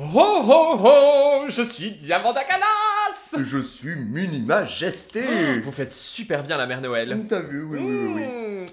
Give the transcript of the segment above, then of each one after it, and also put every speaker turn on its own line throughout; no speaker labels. Oh oh oh, je suis Diamandakalas
Je suis Munima Gesté
Vous faites super bien la mère Noël.
T'as vu, oui, oui, oui, oui.
Mmh.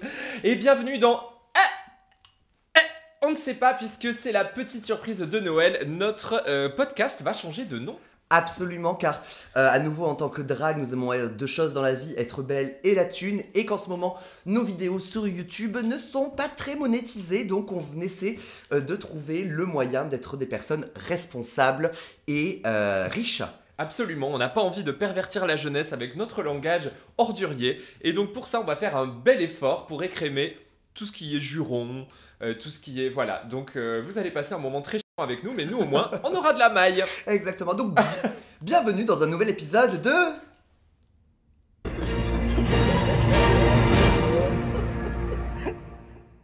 Et bienvenue dans... Eh, eh, On ne sait pas puisque c'est la petite surprise de Noël, notre euh, podcast va changer de nom.
Absolument, car euh, à nouveau, en tant que drague, nous aimons euh, deux choses dans la vie, être belle et la thune, et qu'en ce moment, nos vidéos sur YouTube ne sont pas très monétisées, donc on essaie euh, de trouver le moyen d'être des personnes responsables et euh, riches.
Absolument, on n'a pas envie de pervertir la jeunesse avec notre langage ordurier. Et donc pour ça, on va faire un bel effort pour écrémer tout ce qui est juron, euh, tout ce qui est... Voilà, donc euh, vous allez passer un moment très chiant avec nous, mais nous au moins, on aura de la maille.
Exactement, donc bi- bienvenue dans un nouvel épisode de...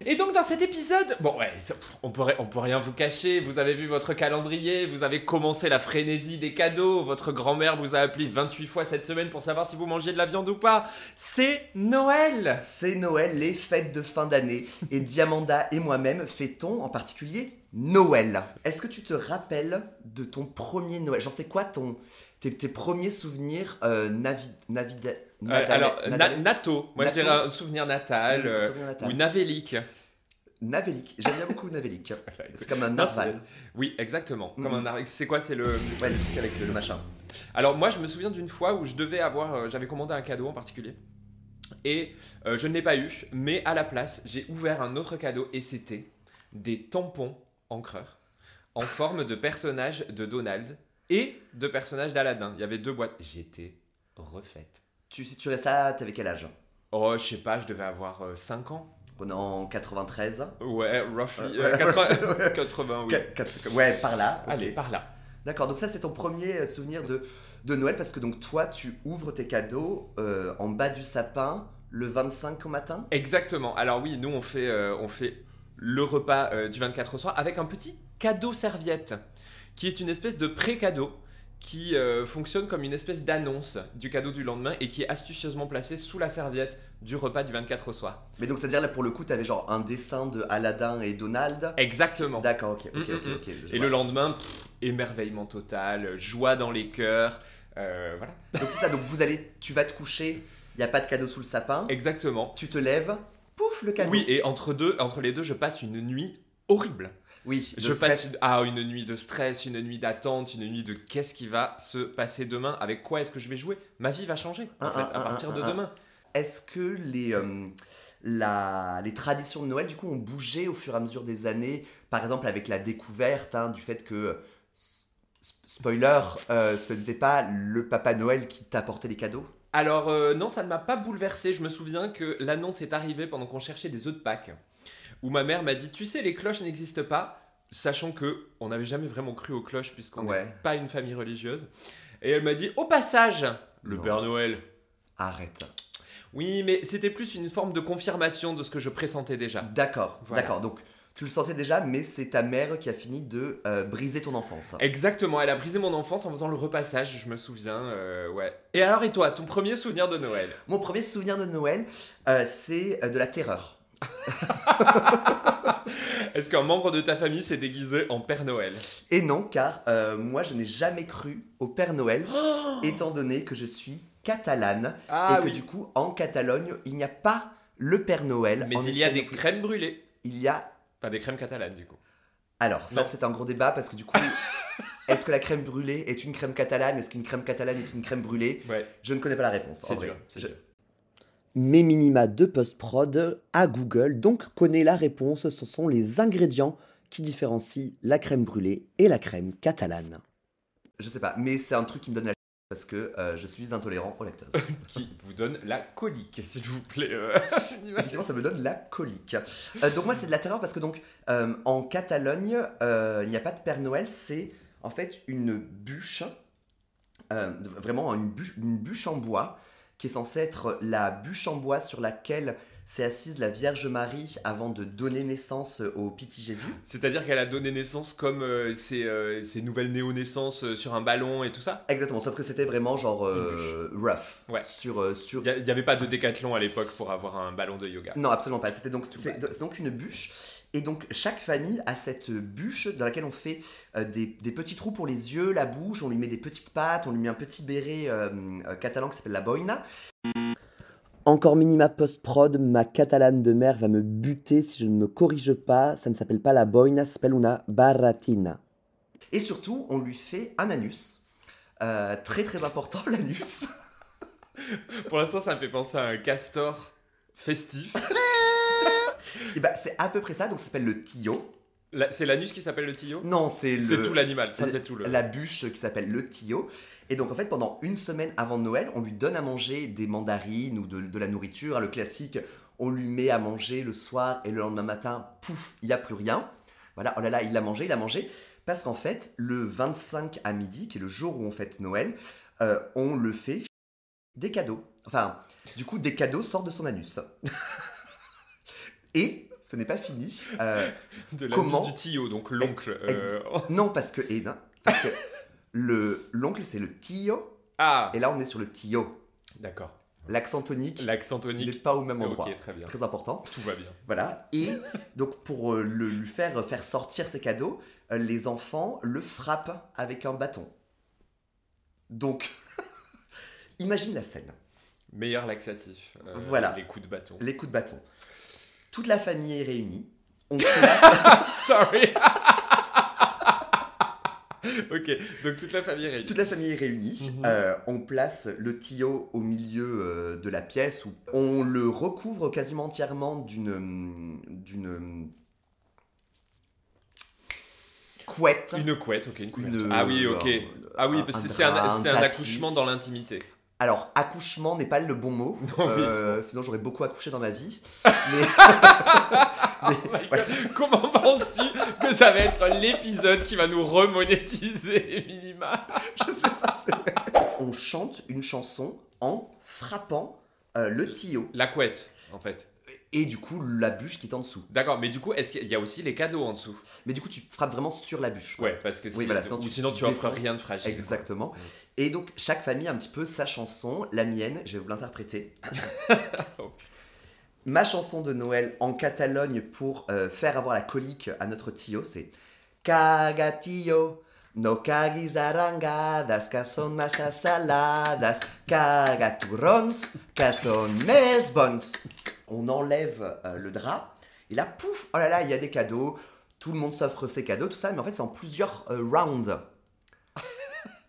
Et donc dans cet épisode, bon ouais, ça- pff, on pourrait, on peut rien vous cacher. Vous avez vu votre calendrier, vous avez commencé la frénésie des cadeaux. Votre grand-mère vous a appelé 28 fois cette semaine pour savoir si vous mangez de la viande ou pas. C'est Noël.
C'est Noël, les fêtes de fin d'année, et Diamanda et moi-même fêtons en particulier Noël. Est-ce que tu te rappelles de ton premier Noël Genre c'est quoi ton... Tes, tes premiers souvenirs euh, navi... navida-
Euh,
nadales-
alors na-
nadales-
natto, moi
Natto.
je dirais un souvenir natal
Mmh,
euh,
souvenir natal.
ou navélique.
Navélique, j'aime bien beaucoup Navélique. C'est comme un
Non,
narval.
Oui, exactement.
Mmh.
Comme un ar- c'est quoi, c'est le.
Ouais, le truc avec le, le machin.
Alors moi, je me souviens d'une fois où je devais avoir, euh, j'avais commandé un cadeau en particulier. Et euh, je ne l'ai pas eu, mais à la place, j'ai ouvert un autre cadeau et c'était des tampons encreurs en forme de personnages de Donald et de personnages d'Aladin. Il y avait deux boîtes. J'étais refaite.
Tu situerais ça, t'avais quel âge
Oh, je sais pas, je devais avoir 5 ans.
On est en 93
Ouais, roughly.
Euh,
euh, 80, 80, oui.
Quatre- quatre- Ouais, par là. ok.
Allez, par là.
D'accord, donc ça c'est ton premier euh, souvenir de, de Noël parce que donc toi tu ouvres tes cadeaux euh, en bas du sapin le 25 au matin
Exactement. Alors oui, nous on fait, euh, on fait le repas euh, du 24 au soir avec un petit cadeau serviette, qui est une espèce de pré-cadeau qui euh, fonctionne comme une espèce d'annonce du cadeau du lendemain et qui est astucieusement placé sous la serviette du repas du 24 au soir.
Mais donc c'est-à-dire là pour le coup t'avais genre un dessin de Aladdin et Donald
Exactement.
D'accord, ok, ok,
Mm,
ok.
mm,
ok, je
Et
vois.
le lendemain, pff, émerveillement total, joie dans les cœurs. euh, voilà.
Donc c'est ça, donc vous allez, tu vas te coucher, il a pas de cadeau sous le sapin,
Exactement.
tu te lèves, pouf le cadeau
Oui, et entre deux, entre les deux, je passe une nuit horrible.
oui
Je
de
passe
stress.
une- ah, une nuit de stress, une nuit d'attente, une nuit de qu'est-ce qui va se passer demain, avec quoi est-ce que je vais jouer. Ma vie va changer en
Un,
fait,
un,
à
un,
partir
un,
de
un,
demain.
Est-ce que les, euh, la- les traditions de Noël, du coup, ont bougé au fur et à mesure des années Par exemple, avec la découverte hein, du fait que, s- s- spoiler, euh, ce n'était pas le Papa Noël qui t'apportait les cadeaux
Alors euh, non, ça ne m'a pas bouleversé. Je me souviens que l'annonce est arrivée pendant qu'on cherchait des œufs de Pâques, où ma mère m'a dit, tu sais, les cloches n'existent pas, sachant que on n'avait jamais vraiment cru aux cloches puisqu'on n'est
Ouais.
pas une famille religieuse. Et elle m'a dit, au passage, le
Non.
Père Noël.
Arrête.
Oui, mais c'était plus une forme de confirmation de ce que je pressentais déjà.
D'accord,
Voilà.
d'accord. Donc, tu le sentais déjà, mais c'est ta mère qui a fini de euh, briser ton enfance.
Exactement, elle a brisé mon enfance en faisant le repassage, je me souviens, euh, ouais. Et alors, et toi, ton premier souvenir de Noël
Mon premier souvenir de Noël, euh, c'est euh, de la terreur.
Est-ce qu'un membre de ta famille s'est déguisé en Père Noël
Et non, car euh, moi, je n'ai jamais cru au Père Noël,
Et-
étant donné que je suis catalane.
Ah
et que
oui,
du coup, en Catalogne, il n'y a pas le Père Noël.
mais
En
il y a
Espagne
des
non plus.
crèmes brûlées.
Il y a.
Enfin, des crèmes catalanes, du coup.
Alors, ça,
Non.
c'est un gros débat parce que du coup, est-ce que la crème brûlée est une crème catalane Est-ce qu'une crème catalane est une crème brûlée
Ouais,
Je ne connais pas la réponse. en
c'est
vrai.
dur, c'est
Je-
dur.
Mes minima de post-prod à Google, donc connaît la réponse. Ce sont les ingrédients qui différencient la crème brûlée et la crème catalane. Je sais pas, mais c'est un truc qui me donne la ch- parce que euh, je suis intolérant au lactose.
Qui vous donne la colique, s'il vous plaît. euh.
Effectivement, ça me donne la colique. Euh, donc moi, c'est de la terreur parce que donc euh, en Catalogne, euh, il n'y a pas de Père Noël. C'est en fait une bûche, euh, vraiment une bûche, une bûche en bois qui est censée être la bûche en bois sur laquelle s'est assise la Vierge Marie avant de donner naissance au Petit Jésus.
C'est-à-dire qu'elle a donné naissance comme euh, ces, euh, ces nouvelles néo-naissances euh, sur un ballon et tout ça
Exactement, sauf que c'était vraiment genre euh, rough.
Ouais.
Sur, euh, sur...
Il n'y avait pas de décathlon à l'époque pour avoir un ballon de yoga.
Non, absolument pas. C'était donc, c'est c'est donc une bûche. Et donc, chaque famille a cette bûche dans laquelle on fait euh, des, des petits trous pour les yeux, la bouche, on lui met des petites pattes, on lui met un petit béret euh, euh, catalan qui s'appelle la boina. Encore minima post-prod, ma catalane de mer va me buter si je ne me corrige pas. Ça ne s'appelle pas la boina, ça s'appelle una baratina. Et surtout, on lui fait un anus. Euh, très très important, l'anus.
Pour l'instant, ça me fait penser à un castor festif.
Et bah, c'est à peu près ça, donc ça s'appelle le tio.
La- C'est l'anus qui s'appelle le tuyau
Non, c'est le.
C'est tout l'animal, enfin
le-
c'est tout le...
la bûche qui s'appelle le tio. Et donc en fait, pendant une semaine avant Noël, on lui donne à manger des mandarines ou de, de la nourriture, hein, le classique. On lui met à manger le soir et le lendemain matin, pouf, il n'y a plus rien. Voilà, oh là là, il l'a mangé, il l'a mangé. Parce qu'en fait, le 25 à midi, qui est le jour où on fête Noël, euh, on le fait des cadeaux. Enfin, du coup, des cadeaux sortent de son anus. et ce n'est pas fini. euh,
de l'anus
comment-
du tuyau, donc l'oncle. euh,
non, parce que, et non, parce que le l'oncle c'est le tio,
Ah,
et là on est sur le tio.
d'accord.
L'accent tonique
L'accent
n'est
tonique.
pas au même endroit.
Ok, très bien.
Très important.
Tout va bien.
Voilà. Et donc pour euh, le, lui faire, faire sortir ses cadeaux, euh, les enfants le frappent avec un bâton. Donc, imagine la scène.
Meilleur laxatif. euh,
Voilà.
Les coups de bâton.
Les coups de bâton. Toute la famille est réunie. On place...
Sorry Ok, donc toute la famille est réunie.
Toute la famille est réunie.
Mhm.
Euh, on place le tuyau au milieu euh, de la pièce. Où on le recouvre quasiment entièrement d'une. hum, d'une. hum, couette.
Une couette, ok, une couette.
Une- euh,
ah oui, ok.
un-
ah oui,
un-
parce
un
que c'est un,
drap,
c'est un
tapis.
accouchement dans l'intimité.
Alors, accouchement n'est pas le bon mot.
Non, mais-
Euh, sinon, j'aurais beaucoup accouché dans ma vie. Mais. mais-
Oh my God. Comment penses-tu que ça va être l'épisode qui va nous remonétiser, minima
Je sais pas, c'est vrai. On chante une chanson en frappant euh, le tuyau.
La couette, en fait.
Et du coup, la bûche qui est en dessous.
D'accord, mais du coup, est-ce qu'il y a aussi les cadeaux en dessous
Mais du coup, tu frappes vraiment sur la bûche. quoi.
Ouais, parce que
Oui,
si,
voilà,
ou
sinon
sinon
tu-
tu,
tu
offres
défonces.
rien de fragile. quoi.
Exactement.
Ouais.
Et donc, chaque famille a un petit peu sa chanson, la mienne, je vais vous l'interpréter.
Oh.
Ma chanson de Noël en Catalogne pour euh, faire avoir la colique à notre tio, c'est Cagatillo, no cagis arangadas, que son masas saladas, cagaturons, que son mes bons. On enlève euh, le drap, et là, pouf, oh là là, il y a des cadeaux, tout le monde s'offre ses cadeaux, tout ça, mais en fait, c'est en plusieurs euh, rounds.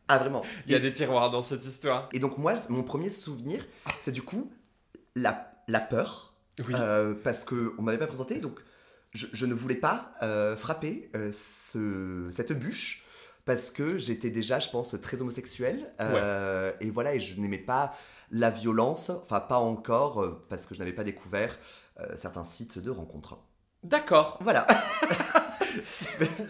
Ah, vraiment.
Il y a des tiroirs dans cette histoire.
Et donc moi, mon premier souvenir, c'est du coup la, la peur,
Oui.
euh, parce qu'on ne m'avait pas présenté, donc je, je ne voulais pas euh, frapper euh, ce- cette bûche, parce que j'étais déjà, je pense, très homosexuel, euh, et voilà, et je n'aimais pas la violence, enfin pas encore, euh, parce que je n'avais pas découvert euh, certains sites de rencontres.
D'accord.
Voilà,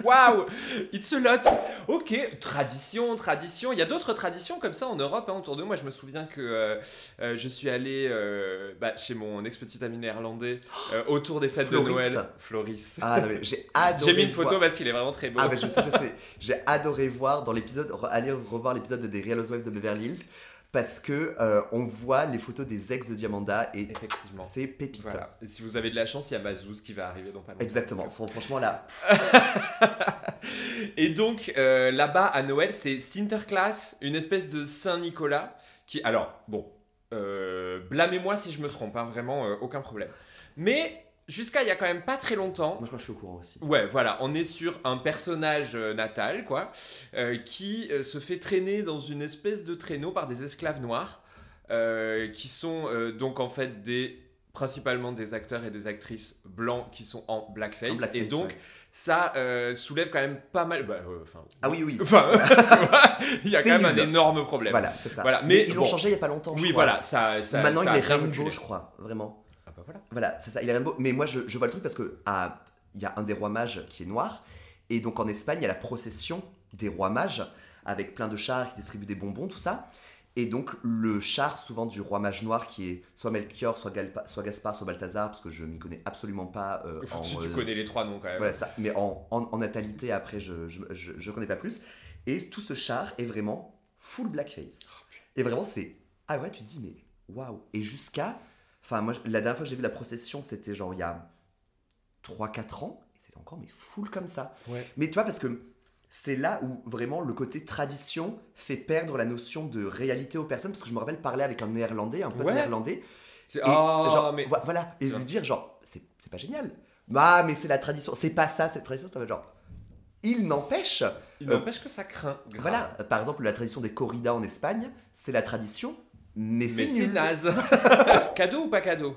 Waouh It's a lot Ok, tradition, tradition. Il y a d'autres traditions comme ça en Europe, hein, autour de moi. Je me souviens que euh, euh, je suis allé euh, bah, chez mon ex-petit ami néerlandais euh, autour des fêtes
Floris.
de Noël. Floris.
ah, non, mais j'ai adoré
J'ai mis une
voir-
photo parce qu'il est vraiment très beau.
Ah ben je sais, je sais. J'ai adoré voir dans l'épisode, re- aller revoir l'épisode des Real Housewives de Beverly Hills parce que euh, on voit les photos des ex de Diamanda et
Effectivement.
c'est pépite.
Voilà. Et si vous avez de la chance, il y a Mazouz qui va arriver dans pas longtemps.
Exactement. Fran- Franchement là,
Et donc euh, là-bas à Noël, c'est Sinterklaas, une espèce de Saint Nicolas qui, alors bon, euh, blâmez-moi si je me trompe, hein, vraiment euh, aucun problème. Mais jusqu'à il y a quand même pas très longtemps,
moi je crois que je suis au courant aussi.
Ouais, voilà, on est sur un personnage euh, natal, quoi, euh, qui euh, se fait traîner dans une espèce de traîneau par des esclaves noirs, euh, qui sont euh, donc en fait des principalement des acteurs et des actrices blancs qui sont en blackface,
En blackface,
et donc
ouais.
ça euh, soulève quand même pas mal. bah, euh, enfin,
Ah oui oui.
enfin, tu vois, il y a
C'est
quand même
nul.
un énorme problème.
Voilà, c'est ça.
Voilà,
Mais,
mais
ils l'ont
bon.
changé il y a pas longtemps. je
oui,
crois.
voilà, ça, ça.
Maintenant
ça
il
a
est
bien
rainbow,
reculé.
je crois, vraiment.
Ah bah voilà.
Voilà, c'est ça. Il est rainbow. Mais moi je, je vois le truc parce que ah, il y a un des rois mages qui est noir et donc en Espagne il y a la procession des rois mages avec plein de chars qui distribuent des bonbons tout ça. Et donc, le char, souvent du roi mage noir, qui est soit Melchior, soit, Galpa- soit Gaspard, soit Balthazar, parce que je m'y connais absolument pas euh, en.
tu, tu
euh,
connais les trois noms quand même.
voilà ça. Mais en, en, en natalité, après, je, je, je, je connais pas plus. Et tout ce char est vraiment full blackface.
Oh,
Et vraiment, c'est. Ah ouais, tu te dis, mais waouh. Et jusqu'à. Enfin, moi, la dernière fois que j'ai vu la procession, c'était genre il y a 3-4 ans. Et c'était encore, mais full comme ça.
Ouais.
Mais tu vois, parce que c'est là où vraiment le côté tradition fait perdre la notion de réalité aux personnes. Parce que je me rappelle parler avec un néerlandais, un pote
Ouais.
néerlandais.
C'est-
Et
Ah,
genre,
mais.
vo- voilà,
C'est
et lui
vrai.
dire genre, c'est c'est pas génial. Bah, mais c'est la tradition, c'est pas ça cette tradition, ça va genre. Il n'empêche,
Il n'empêche que ça craint. grave.
euh, voilà, euh, par exemple la tradition des corridas en Espagne, c'est la tradition, mais
Mais
c'est
c'est
nul.
naze. cadeau ou pas cadeau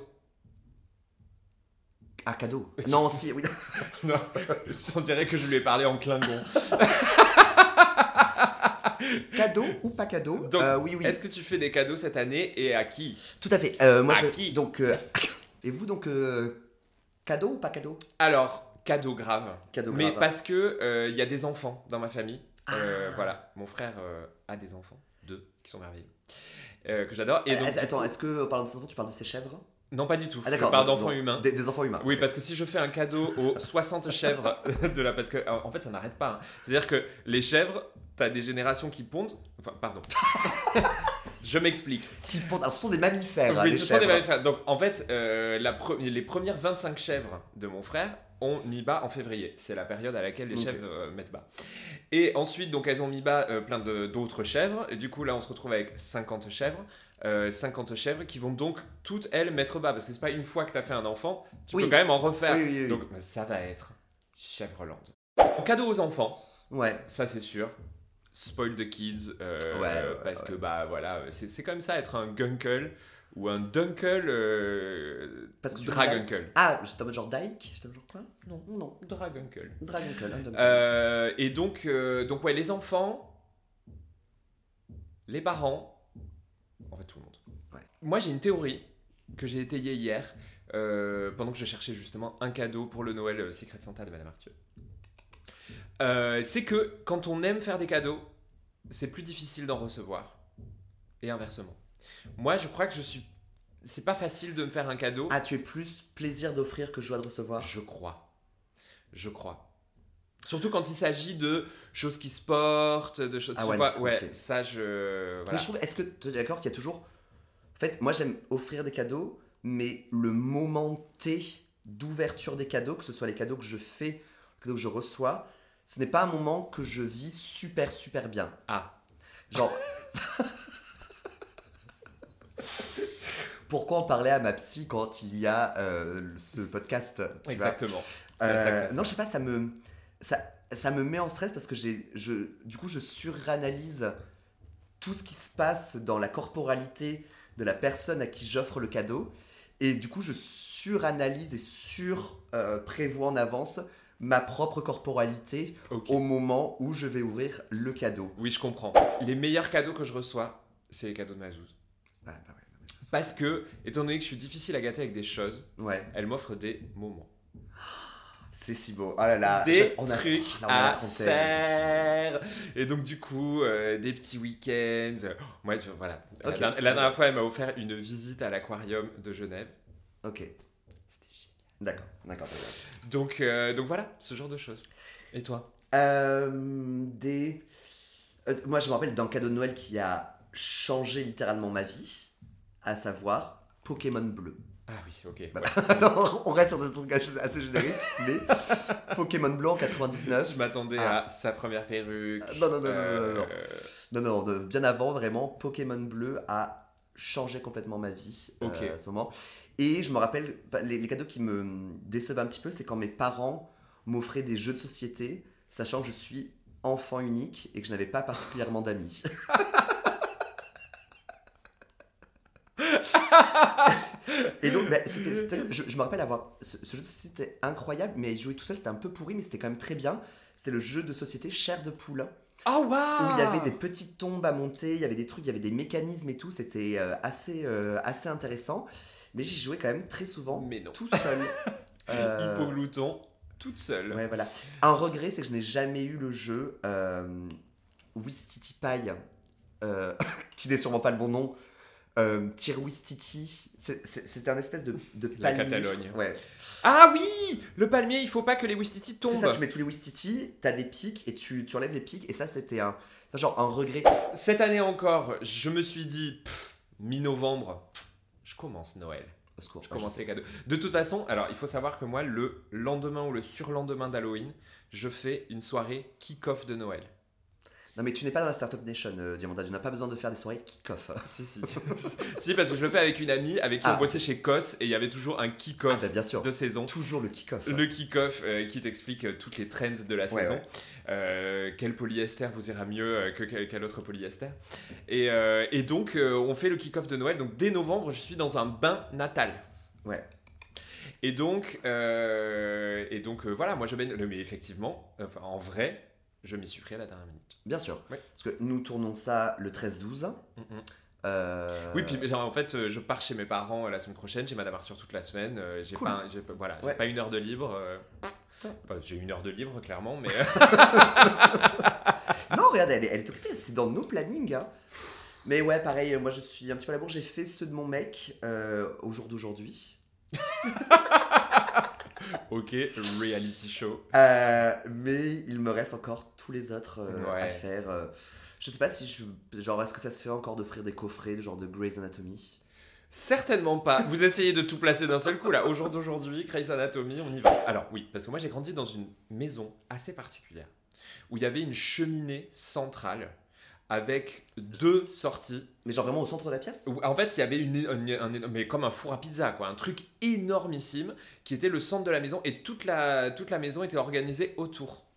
Ah, cadeau. Non, si, oui.
Non, on dirait que je lui ai parlé en clingon.
cadeau ou pas cadeau
Donc,
Euh, Oui, oui,
Est-ce que tu fais des cadeaux cette année et à qui
tout à fait. Euh, moi,
À
je-
qui
donc, euh, et vous donc, euh, cadeau ou pas cadeau
Alors, cadeau grave.
Cadeau
Mais
grave. Ah.
parce que il y a des enfants dans ma famille. Euh, Voilà, mon frère euh, a des enfants, deux, qui sont merveilleux, euh, que j'adore. Et
Euh,
donc,
Attends, est-ce que en parlant des enfants, tu parles de ces chèvres
non, pas du tout.
Ah,
je
d'accord.
parle
donc,
d'enfants
donc,
humains.
Des, des enfants humains.
Oui, parce que si je fais un cadeau aux 60 chèvres de la. Parce que, euh, en fait, ça n'arrête pas. hein. C'est-à-dire que les chèvres, t'as des générations qui pondent. Enfin, pardon. je m'explique.
Qui pondent- Alors, ce sont des mammifères. hein,
Oui,
les
ce sont des
chèvres.
mammifères. Donc, en fait, euh, la pre- les premières 25 chèvres de mon frère, on mis bas en février. C'est la période à laquelle les
Ok.
chèvres euh, mettent bas. Et ensuite, donc, elles ont mis bas euh, plein de- d'autres chèvres. Et du coup, là, on se retrouve avec 50 chèvres. Euh, 50 chèvres qui vont donc toutes elles mettre bas. Parce que c'est pas une fois que t'as fait un enfant, tu
Oui.
peux quand même en refaire.
Oui, oui, oui, oui.
Donc, ça va être Chèvreland. Cadeau aux enfants.
Ouais.
Ça, c'est sûr. Spoil the kids. euh,
Ouais, ouais,
parce que, bah voilà, c'est c'est comme ça être un gunkle ou un dunkle. euh,
Parce que tu
drag
voulais-
uncle.
Ah, j'étais en mode genre Dyke J'étais en mode genre quoi
Non.
Non.
Drag uncle.
Dragon Call. un Dragon
Euh, et donc, euh, donc, ouais, les enfants, les parents, en fait, tout le monde.
Ouais.
Moi, j'ai une théorie que j'ai étayée hier euh, pendant que je cherchais justement un cadeau pour le Noël euh, Secret Santa de Madame Arthur. Euh, c'est que quand on aime faire des cadeaux, c'est plus difficile d'en recevoir. Et inversement. Moi, je crois que je suis. C'est pas facile de me faire un cadeau.
Call. Ah, tu es plus plaisir d'offrir que joie de recevoir.
Je crois. Je crois. Surtout quand il s'agit de choses qui se portent, de choses.
Ah
tu
ouais,
vois,
non, c'est
ouais,
compliqué.
ça je.
Mais
Voilà.
je trouve, est-ce que tu es d'accord qu'il y a toujours. En fait, moi j'aime offrir des cadeaux, mais le moment T d'ouverture des cadeaux, que ce soit les cadeaux que je fais, les cadeaux que je reçois, ce n'est pas un moment que je vis super super bien.
Ah.
Genre. Pourquoi en parler à ma psy quand il y a euh, ce podcast tu vois
Exactement.
Euh,
C'est ça que ça
non, je sais pas, ça me, ça, ça me met en stress parce que j'ai, je, du coup, je suranalyse tout ce qui se passe dans la corporalité de la personne à qui j'offre le cadeau. Et du coup, je suranalyse et sur euh, prévois en avance ma propre corporalité
Ok.
au moment où je vais ouvrir le cadeau.
Oui, je comprends. Les meilleurs cadeaux que je reçois, c'est les cadeaux de Mazouz.
Ah, bah ouais, non, mais ça,
Parce que, étant donné que je suis difficile à gâter avec des choses,
c'est- ouais,
elle m'offre des moments.
c'est si beau. Oh là là,
des
on a-
trucs
oh, là, on a la
à
trentaine.
faire. Et donc, du coup, euh, des petits week-ends. Moi, tu- voilà.
Ok.
La, la dernière fois, elle m'a offert une visite à l'aquarium de Genève.
Ok,
C'était génial.
d'accord, d'accord. d'accord.
Donc, euh, donc voilà, ce genre de choses. Et toi
Euh, des. euh, moi, je me rappelle d'un cadeau de Noël qui a changé littéralement ma vie, à savoir Pokémon bleu.
Ah oui, ok.
Bah,
ouais.
Non, on reste sur des trucs assez assez génériques, mais Pokémon bleu en 99.
Je m'attendais
Ah.
à sa première perruque.
Euh, Non, non, non, non, non,
euh,
non, non. Non, non, de- bien avant, vraiment, Pokémon bleu a changé complètement ma vie euh,
Ok.
à ce moment. Et je me rappelle, bah, les, les cadeaux qui me décevaient un petit peu, c'est quand mes parents m'offraient des jeux de société, sachant que je suis enfant unique et que je n'avais pas particulièrement d'amis. et donc, bah, c'était- c'était- je, je me rappelle avoir. Ce, ce jeu de société était incroyable, mais jouer tout seul, c'était un peu pourri, mais c'était quand même très bien. C'était le jeu de société Chair de Poule
Oh waouh
où il y avait des petites tombes à monter, il y avait des trucs, il y avait des mécanismes et tout, c'était euh, assez, euh, assez intéressant. Mais j'y jouais quand même très souvent,
Oh, Mais non.
tout seul. Euh,
Hypoglouton, toute seule.
ouais, voilà. Un regret, c'est que je n'ai jamais eu le jeu euh, With Titi Pie euh, qui n'est sûrement pas le bon nom, euh, Tirwistiti. C'est- C'est c'est un espèce de, de
La
palmier, je
Catalogne.
crois. Ouais.
Ah oui Le palmier, il faut pas que les Wistiti
C'est
tombent.
ça, tu mets tous les Wistiti, t'as des pics et tu, tu enlèves les pics. Et ça, c'était un, ça, genre un regret.
Cette année encore, je me suis dit, pff, mi-novembre, pff, je commence Noël.
Au secours,
Je
ouais,
commence les cadeaux. De toute façon, alors il faut savoir que moi, le lendemain ou le surlendemain d'Halloween, je fais une soirée kick-off de Noël.
je- Non, mais tu n'es pas dans la Startup Nation, euh, Diamanda. Tu n'as pas besoin de faire des soirées kick-off.
Si, si. si, parce que je le fais avec une amie avec qui
Ah.
on bossait chez COS et il y avait toujours un
Ah,
kick-off
bah, bien sûr.
de saison.
Toujours le kick-off.
Le kick-off euh, qui t'explique euh, toutes les trends de la
Ouais,
saison.
ouais.
Euh, quel polyester vous ira mieux euh, que quel, quel autre polyester et, euh, et donc, euh, on fait le kick-off de Noël. Donc, dès novembre, je suis dans un bain natal.
Ouais.
Et donc, euh, et donc euh, voilà, moi je baigne. Mais effectivement, enfin, en vrai, je m'y suis pris à la dernière minute.
Bien sûr.
Ouais.
Parce que nous tournons ça le 13-12.
Mhm.
Euh,
Oui, puis genre, en fait, euh, je pars chez mes parents euh, la semaine prochaine, j'ai Madame Arthur toute la semaine, euh, j'ai
Cool.
pas, j'ai pas- voilà, j'ai
Ouais.
pas une heure de libre. euh,
Ouais.
enfin, j'ai une heure de libre, clairement, mais euh,
Non, regarde, elle est, elle est occupée, c'est dans nos plannings. hein. Mais ouais, pareil, euh, moi je suis un petit peu à la bourre, j'ai fait ceux de mon mec euh, au jour d'aujourd'hui.
ok, reality show.
Euh, mais il me reste encore tous les autres euh,
Ouais.
à faire. euh. je sais pas si je. Genre, est-ce que ça se fait encore d'offrir des coffrets, de genre de Grey's Anatomy
Certainement pas. Vous essayez de tout placer d'un seul coup là. Au jour d'aujourd'hui, Grey's Anatomy, on y va. Alors oui, parce que moi j'ai grandi dans une maison assez particulière où il y avait une cheminée centrale avec deux sorties.
Mais genre vraiment au centre de la pièce
Où, En fait, il y avait une, une- un éno- mais comme un four à pizza quoi, un truc énormissime qui était le centre de la maison et toute la toute la maison était organisée autour.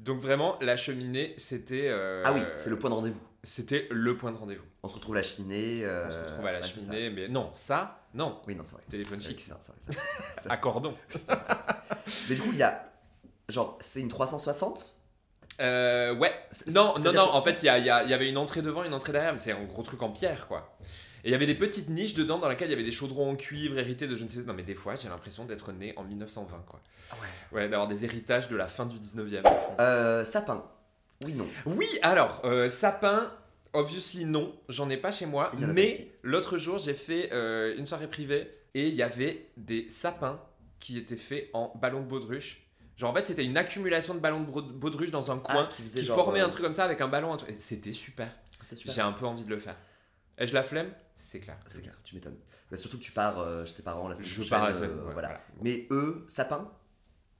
Donc vraiment, la cheminée, c'était euh,
Ah oui, c'est le point de rendez-vous.
c'était le point de rendez-vous.
On se retrouve à la cheminée.
On
euh,
se retrouve à la
ouais, c'est ça.
cheminée, mais non, ça, non,
Oui, non, c'est vrai.
téléphone
Ouais,
fixe,
non, c'est vrai, c'est vrai, c'est vrai.
à cordon.
Mais du coup, il y a. Genre, c'est une 360
Euh, ouais.
C'est-
Non, non,
c'est-à-dire
non.
que-
En fait, il y, a- il y a- il y avait une entrée devant, une entrée derrière, mais c'est un gros truc en pierre, quoi. Et il y avait des petites niches dedans dans lesquelles il y avait des chaudrons en cuivre hérités de je ne sais. Non, mais des fois, j'ai l'impression d'être né en 1920, quoi.
Ah ouais.
Ouais, d'avoir des héritages de la fin du 19e.
Euh, sapin. Oui, non.
Oui, alors, euh, sapin, obviously non, j'en ai pas chez moi.
Il y en a pas ici.
Mais l'autre jour, j'ai fait euh, une soirée privée et il y avait des sapins qui étaient faits en ballon de baudruche. Genre, en fait, c'était une accumulation de ballons de bro- baudruche dans un coin.
qui faisait
qui
genre,
formait
euh,
un truc comme ça avec un ballon. un truc- et C'était super.
C'est super.
J'ai un peu envie de le faire. Ai-je la flemme C'est clair.
C'est clair, tu m'étonnes. Bah, surtout que tu pars euh, chez tes parents la semaine
Je
prochaine,
pars la
euh,
semaine. ouais,
voilà.
voilà.
Mais eux, sapin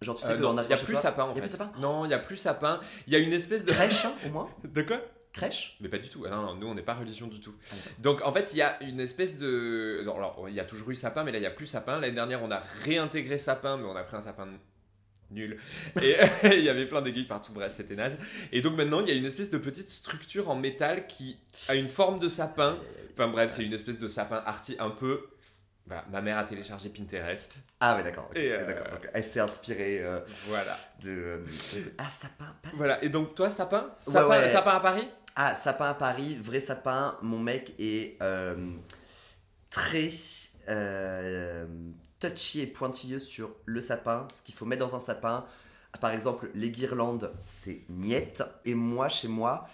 Genre, tu sais
Euh, non,
qu'en
Il y
arrivant
a
chez
plus
toi,
sapin en
il y a
fait.
plus sapin
Non, il y a plus sapin. Il y a une espèce de.
crèche, hein, au moins
De quoi
Crèche
Mais pas du tout. Ah non, non, nous on n'est pas religion du tout.
Ah, d'accord.
Donc en fait, il y a une espèce de. non, alors il y a toujours eu sapin, mais là il y a plus sapin. L'année dernière, on a réintégré sapin, mais on a pris un sapin nul. Et il y avait plein d'aiguilles partout. Bref, c'était naze. Et donc maintenant, il y a une espèce de petite structure en métal qui a une forme de sapin. Enfin bref, c'est une espèce de sapin arty un peu. Voilà, ma mère a téléchargé Pinterest.
Ah, ouais, d'accord. ok,
Et, euh,
d'accord, ok. Elle s'est inspirée euh,
Voilà.
de, euh, de- Ah, sapin, pas sapin.
Voilà. Et donc toi, sapin Sapin,
ouais.
sapin à Paris
Ah, sapin à Paris, vrai sapin. Mon mec est euh, très euh, touchy et pointilleux sur le sapin, ce qu'il faut mettre dans un sapin. Par exemple, les guirlandes, c'est niette. Et moi, chez moi,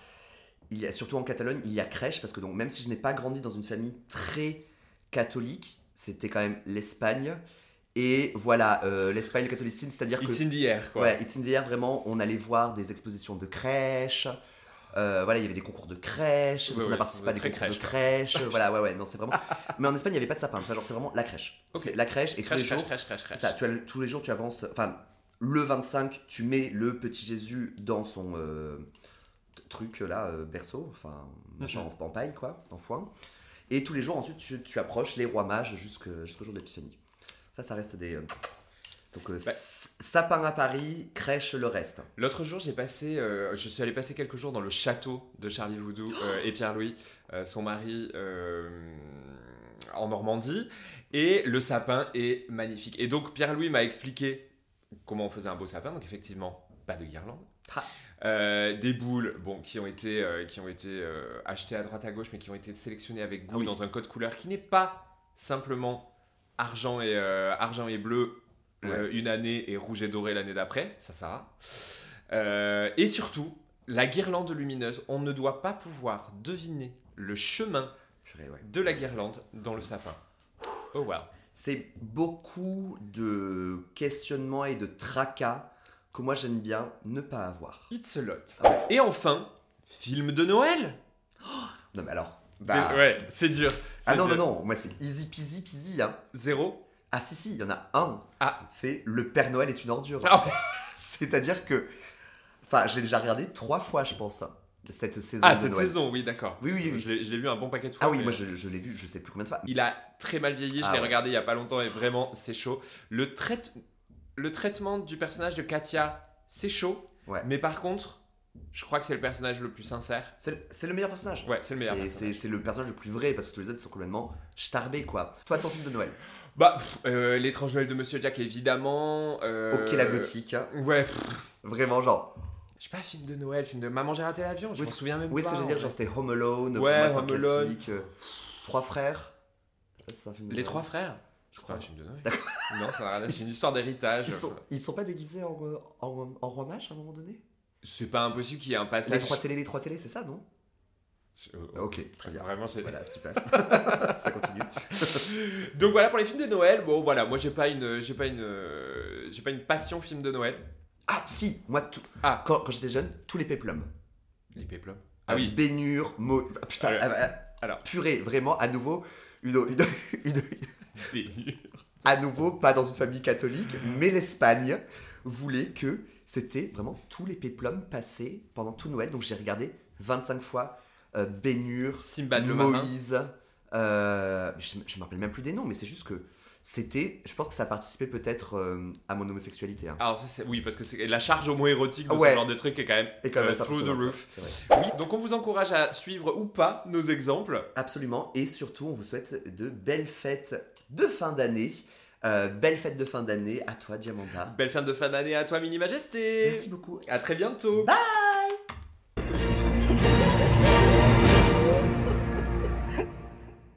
il y a, surtout en Catalogne, il y a crèche, parce que donc, même si je n'ai pas grandi dans une famille très catholique, c'était quand même l'Espagne. Et voilà, euh, l'Espagne, le catholicisme, c'est-à-dire que...
It's in the air, quoi.
Ouais, It's in the Air, vraiment, on allait voir des expositions de crèche. Euh, voilà, il y avait des concours de crèche,
Ouais,
on
ouais,
a participé à des
très
concours de crèche. voilà, ouais, ouais, non, c'est vraiment. Mais en Espagne, il n'y avait pas de sapin, enfin, genre, c'est vraiment la crèche.
Ok.
C'est la crèche et
Crash,
tous les
crash,
jours,
crash, crash, crash.
ça, tu as le- tous les jours, tu avances. Enfin, le 25, tu mets le petit Jésus dans son euh, t- truc là, euh, berceau, enfin,
Mhm.
machin en, en paille, quoi, en foin. Et tous les jours, ensuite, tu, tu approches les rois mages jusque- jusqu'au jour de l'Épiphanie. Ça, ça reste des. euh, donc, euh,
Bah.
s- sapin à Paris, crèche le reste.
L'autre jour, j'ai passé, euh, je suis allé passer quelques jours dans le château de Charlie Voudou
Oh
euh, et Pierre-Louis, euh, son mari, euh, en Normandie. Et le sapin est magnifique. Et donc, Pierre-Louis m'a expliqué comment on faisait un beau sapin. Donc, effectivement, pas de guirlande.
Ah.
Euh, des boules bon, qui ont été, euh, qui ont été euh, achetées à droite à gauche, mais qui ont été sélectionnées avec goût
Ah oui.
dans un code couleur qui n'est pas simplement argent et, euh, argent et bleu euh, une année et rouge et doré l'année d'après. Ça, ça va. Euh, et surtout, la guirlande lumineuse, on ne doit pas pouvoir deviner le chemin
Purée, ouais.
de la guirlande dans le sapin. Oh wow.
C'est beaucoup de questionnements et de tracas que moi j'aime bien ne pas avoir.
It's a lot. Et enfin, film de Noël
Non mais alors, bah...
Ouais, c'est dur.
ah
c'est
non, non,
dur.
non, moi c'est easy peasy peasy, hein.
Zéro
Ah si, si, il y en a un.
Ah.
C'est Le Père Noël est une ordure.
Ah ouais.
C'est-à-dire que... Enfin, j'ai déjà regardé trois fois, je pense, hein, cette saison
Ah,
de
cette
Noël.
saison, oui, d'accord.
Oui, oui, oui.
Je l'ai je l'ai vu un bon paquet de fois.
Ah oui,
mais-
moi je, je l'ai vu, je sais plus combien de fois.
Il a très mal vieilli, je
Ah
l'ai
ouais.
regardé il y a pas longtemps et vraiment c'est chaud. Le, traite- le traitement du personnage de Katia, c'est chaud.
Ouais.
Mais par contre, je crois que c'est le personnage le plus sincère.
C'est le- c'est le meilleur personnage.
Ouais, c'est le meilleur.
C'est-
personnage.
C'est c'est le personnage le plus vrai parce que tous les autres sont complètement starbés quoi. Toi ton film de Noël.
Bah, pff, euh, l'étrange Noël de Monsieur Jack évidemment. euh,
Ok la gothique. hein.
Ouais. pff,
Vraiment genre.
Je sais pas, film de Noël, film de Maman j'ai raté l'avion, je
Où
me
est-ce-
souviens même
Où
pas.
est-ce que je veux
en
dire
fait.
genre c'était Home
Ouais,
Alone. pour moi,
Home
c'est un
Alone.
classique, euh, Trois frères. Je sais pas si c'est un film de
Les
Noël.
trois frères
Je
C'est pas
crois.
un film de Noël. Non, ça n'a rien à voir, c'est une histoire d'héritage.
Ils sont, ils sont pas déguisés en, euh, en, en roi mage à un moment donné
C'est pas impossible qu'il y ait un passage.
Les trois Ah télés, les trois télés, c'est ça non
Euh,
Ok, très bien.
Vraiment, c'est.
Voilà, super. ça continue.
Donc voilà pour les films de Noël. Bon voilà, moi j'ai pas une j'ai pas une euh, j'ai pas une passion film de Noël.
Ah si, moi tout.
Ah.
Quand, quand j'étais jeune, tous les péplums.
Les péplums. Ah oui.
Bénure, Mo... ah, putain,
Alors-
ah, bah,
alors.
purée, vraiment, à nouveau, une, une- une- Ah
Des-
à nouveau, pas dans une famille catholique, mais l'Espagne voulait que c'était vraiment tous les péplums passés pendant tout Noël. Donc j'ai regardé 25 fois euh, Bénure,
Sinbad le marin.
Moïse, euh, je ne me rappelle même plus des noms, mais c'est juste que c'était, je pense que ça participait peut-être euh, à mon homosexualité. hein.
Alors ça, c'est- oui parce que c'est la charge homo érotique de
Ah Ouais.
ce genre de truc est quand même.
Et quand même,
euh,
ça
through the
représente,
roof.
c'est vrai.
Oui. Donc on vous encourage à suivre ou pas nos exemples.
Absolument, et surtout, on vous souhaite de belles fêtes de fin d'année. Euh, belle fête de fin d'année à toi, Diamanda.
Belle fin de fin d'année à toi Mini Majesté.
Ah. Merci beaucoup.
À très bientôt.
Bye.